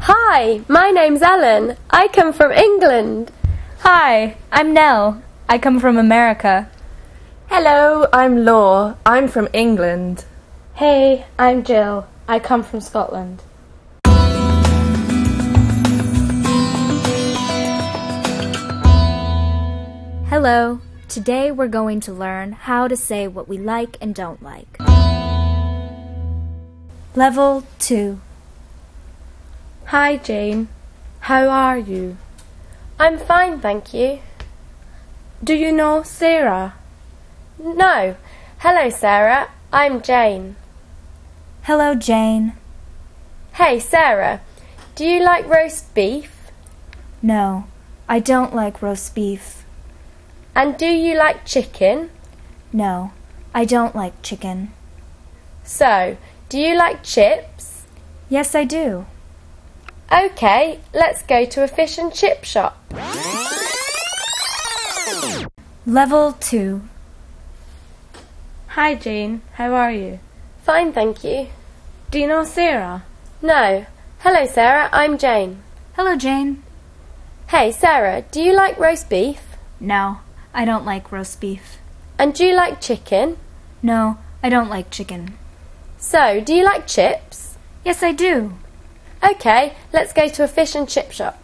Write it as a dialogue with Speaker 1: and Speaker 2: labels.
Speaker 1: Hi, my name's Ellen. I come from England.
Speaker 2: Hi, I'm Nell. I come from America.
Speaker 3: Hello, I'm Law. I'm from England.
Speaker 4: Hey, I'm Jill. I come from Scotland.
Speaker 5: Hello. Today we're going to learn how to say what we like and don't like. Level 2
Speaker 4: Hi, Jane. How are you?
Speaker 1: I'm fine, thank you.
Speaker 4: Do you know Sarah?
Speaker 1: No. Hello, Sarah. I'm Jane.
Speaker 5: Hello, Jane.
Speaker 1: Hey, Sarah. Do you like roast beef?
Speaker 5: No, I don't like roast beef.
Speaker 1: And do you like chicken?
Speaker 5: No, I don't like chicken.
Speaker 1: So, do you like chips?
Speaker 5: Yes, I do.
Speaker 1: Okay, let's go to a fish and chip shop.
Speaker 5: Level 2
Speaker 4: Hi, Jane. How are you?
Speaker 1: Fine, thank you.
Speaker 4: Do you know Sarah?
Speaker 1: No. Hello, Sarah. I'm Jane.
Speaker 5: Hello, Jane.
Speaker 1: Hey, Sarah. Do you like roast beef?
Speaker 5: No, I don't like roast beef.
Speaker 1: And do you like chicken?
Speaker 5: No, I don't like chicken.
Speaker 1: So, do you like chips?
Speaker 5: Yes, I do.
Speaker 1: Okay, let's go to a fish and chip shop.